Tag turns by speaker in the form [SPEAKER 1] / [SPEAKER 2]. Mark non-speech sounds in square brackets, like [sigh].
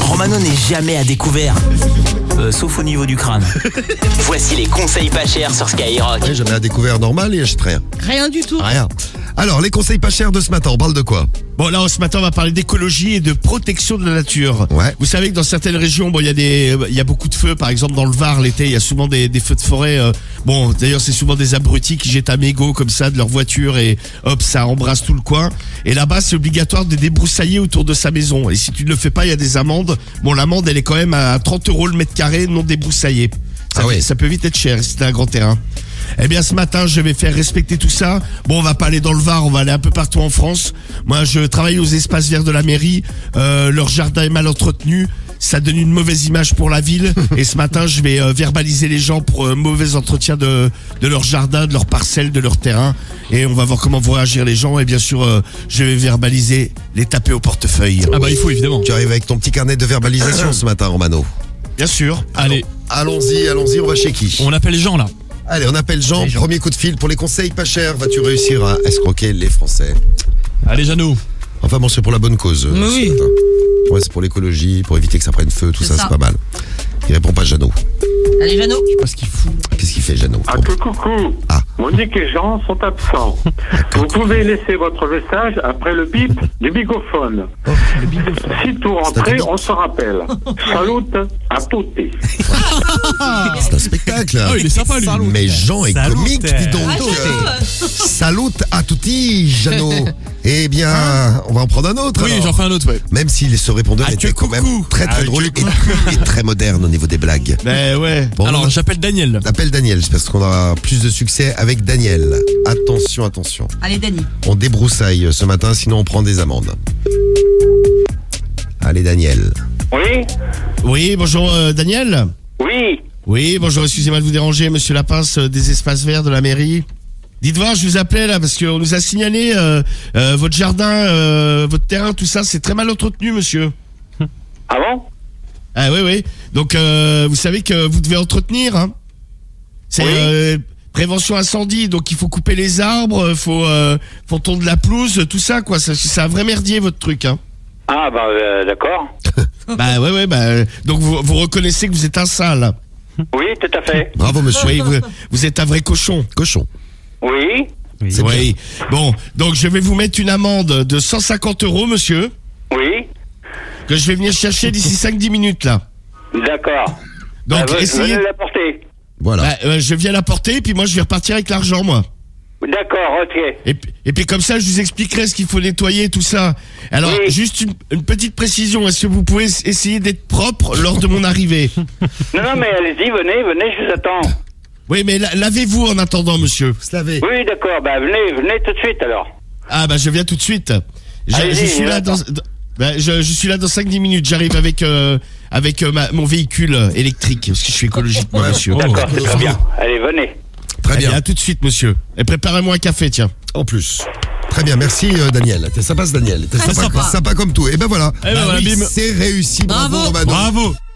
[SPEAKER 1] Romano n'est jamais à découvert. Euh, sauf au niveau du crâne. Voici les conseils pas chers sur Skyrock.
[SPEAKER 2] Ouais, Jamais à découvert normal et achète rien.
[SPEAKER 3] Rien du tout.
[SPEAKER 2] Rien. Alors, les conseils pas chers de ce matin, on parle de quoi
[SPEAKER 4] Bon, là, ce matin, on va parler d'écologie et de protection de la nature.
[SPEAKER 2] Ouais.
[SPEAKER 4] Vous savez que dans certaines régions, bon, il y a des, euh, il y a beaucoup de feux. Par exemple, dans le Var, l'été, il y a souvent des, des feux de forêt. euh, bon, d'ailleurs, c'est souvent des abrutis qui jettent un mégot comme ça de leur voiture et hop, ça embrasse tout le coin. Et là-bas, c'est obligatoire de débroussailler autour de sa maison. Et si tu ne le fais pas, il y a des amendes. Bon, l'amende, elle est quand même à 30 euros le mètre carré non débroussaillé.
[SPEAKER 2] Ah
[SPEAKER 4] Ça, fait-
[SPEAKER 2] ouais.
[SPEAKER 4] ça peut vite être cher si t'as un grand terrain. Eh bien, ce matin, je vais faire respecter tout ça. Bon, on va pas aller dans le Var, on va aller un peu partout en France. Moi, je travaille aux espaces verts de la mairie. Euh, leur jardin est mal entretenu. Ça donne une mauvaise image pour
[SPEAKER 5] [laughs]
[SPEAKER 4] la ville. Et ce matin, je vais euh, verbaliser les gens pour euh, mauvais entretien de, de leur jardin, de leur parcelle, de leur terrain. Et on va voir comment vont réagir les gens. Et bien sûr, euh, je vais verbaliser les taper au portefeuille.
[SPEAKER 5] Ah bah il faut évidemment.
[SPEAKER 2] Tu arrives avec ton petit carnet de verbalisation ce matin, Romano.
[SPEAKER 4] Bien sûr.
[SPEAKER 5] Allez,
[SPEAKER 2] Allons-y, allons-y, on va chez qui
[SPEAKER 5] on appelle les gens là.
[SPEAKER 2] Allez, on appelle Jean, premier coup de fil pour les conseils pas chers. Vas-tu réussir à escroquer les Français
[SPEAKER 5] Allez Jeannot.
[SPEAKER 2] Enfin bon, c'est pour la bonne cause. euh,
[SPEAKER 3] Mais
[SPEAKER 2] ce
[SPEAKER 3] oui.
[SPEAKER 2] matin. Ouais, c'est pour l'écologie, pour éviter que ça prenne feu, tout
[SPEAKER 3] C'est
[SPEAKER 2] ça,
[SPEAKER 3] ça.
[SPEAKER 2] c'est pas mal. Il répond pas Jeannot.
[SPEAKER 3] Allez, Jeannot.
[SPEAKER 5] Parce qu'il fout.
[SPEAKER 2] Qu'est-ce qu'il fait Jeannot
[SPEAKER 6] Un
[SPEAKER 2] Bon,
[SPEAKER 6] peu Ah, coucou.
[SPEAKER 2] Ah.
[SPEAKER 6] Monique et Jean sont absents. Vous pouvez laisser votre message après le bip du bigophone. Si tout rentré, on se rappelle. Salut à toutes.
[SPEAKER 2] C'est un spectacle. hein.
[SPEAKER 5] Ah, il est sympa lui.
[SPEAKER 2] Mais Jean est
[SPEAKER 1] Salut,
[SPEAKER 2] comique,
[SPEAKER 1] euh.
[SPEAKER 2] dis donc.
[SPEAKER 3] Ah, Jeannot.
[SPEAKER 2] Salut à tutti, Jeannot. eh bien, on va en prendre un autre.
[SPEAKER 5] Oui,
[SPEAKER 2] alors.
[SPEAKER 5] j'en fais un autre, ouais.
[SPEAKER 2] Même si ce répondeur
[SPEAKER 5] Ah, tu
[SPEAKER 2] était
[SPEAKER 5] es
[SPEAKER 2] quand même
[SPEAKER 5] coucou.
[SPEAKER 2] très très
[SPEAKER 5] Ah,
[SPEAKER 2] drôle
[SPEAKER 5] tu es
[SPEAKER 2] [laughs] et, et très moderne au niveau des blagues.
[SPEAKER 4] Ben ouais.
[SPEAKER 2] Bon,
[SPEAKER 5] Alors
[SPEAKER 2] on
[SPEAKER 5] j'appelle Daniel.
[SPEAKER 2] appelle Daniel, c'est parce qu'on aura plus de succès avec Daniel. Attention, attention.
[SPEAKER 3] Allez, Dani.
[SPEAKER 2] On débroussaille ce matin, sinon on prend des amendes. Allez Daniel.
[SPEAKER 6] Oui
[SPEAKER 4] Oui, bonjour euh, Daniel.
[SPEAKER 6] Oui
[SPEAKER 4] Oui, bonjour, excusez-moi de vous déranger, monsieur Lapince euh, des espaces verts de la mairie. Dites voir, je vous appelais là parce qu'on nous a signalé euh, euh, votre jardin, euh, votre terrain, tout ça, c'est très mal entretenu, monsieur.
[SPEAKER 6] Avant
[SPEAKER 4] Ah oui, oui. Donc euh, vous savez que vous devez entretenir. Hein. C'est
[SPEAKER 6] Oui.
[SPEAKER 4] euh, prévention incendie, donc il faut couper les arbres, faut euh, faut tondre la pelouse, tout ça quoi. Ça- C'est un vrai merdier votre truc. Hein.
[SPEAKER 6] Ah, bah, d'accord.
[SPEAKER 4] bah ouais, ouais. Bah, euh, donc vous, vous reconnaissez que vous êtes un sale.
[SPEAKER 6] Oui, tout à fait.
[SPEAKER 2] Bravo monsieur.
[SPEAKER 4] Oui, vous, vous êtes un vrai cochon.
[SPEAKER 2] Cochon.
[SPEAKER 6] Oui
[SPEAKER 2] C'est
[SPEAKER 4] Oui. Bon, donc je vais vous mettre une amende de 150 euros, monsieur,
[SPEAKER 6] Oui
[SPEAKER 4] que je vais venir chercher d'ici 5-10 minutes là.
[SPEAKER 6] D'accord. Ah,
[SPEAKER 4] Donc essayez.
[SPEAKER 6] l'apporter.
[SPEAKER 2] Voilà.
[SPEAKER 4] Bah, euh, je viens la porter, puis moi je vais repartir avec l'argent, moi.
[SPEAKER 6] D'accord, ok.
[SPEAKER 4] Et, puis- et puis comme ça, je vous expliquerai ce qu'il faut nettoyer, tout ça. Alors,
[SPEAKER 6] Oui.
[SPEAKER 4] juste une, une petite précision. Est-ce que vous pouvez s- essayer d'être propre lors de mon arrivée
[SPEAKER 6] Non, non, mais allez-y, venez, venez, je vous attends.
[SPEAKER 4] Oui, mais la- lavez-vous en attendant, monsieur.
[SPEAKER 2] Se laver.
[SPEAKER 6] Oui, d'accord, bah, venez, venez tout de suite alors.
[SPEAKER 4] Ah bah je viens tout de suite. Je,
[SPEAKER 6] Allez-y,
[SPEAKER 4] je suis là dans,
[SPEAKER 6] attends.
[SPEAKER 4] dans- bah, je, je suis là dans 5-10 minutes. J'arrive avec euh, avec euh, ma- mon véhicule électrique parce que je suis écologique, moi, monsieur.
[SPEAKER 5] D'accord,
[SPEAKER 6] C'est très bien. Allez, venez.
[SPEAKER 2] Très
[SPEAKER 4] Allez,
[SPEAKER 2] bien.
[SPEAKER 4] à tout de suite, monsieur. Et préparez-moi un café, tiens.
[SPEAKER 2] En plus. Très bien, merci euh, Daniel. T'es sympa ce Daniel. T'es
[SPEAKER 3] Très
[SPEAKER 2] sympa,
[SPEAKER 3] sympa.
[SPEAKER 2] sympa comme tout. Et ben voilà.
[SPEAKER 5] Eh ben voilà,
[SPEAKER 2] oui,
[SPEAKER 5] bim.
[SPEAKER 2] C'est réussi. Bravo,
[SPEAKER 3] Bravo.
[SPEAKER 2] Romano.
[SPEAKER 5] Bravo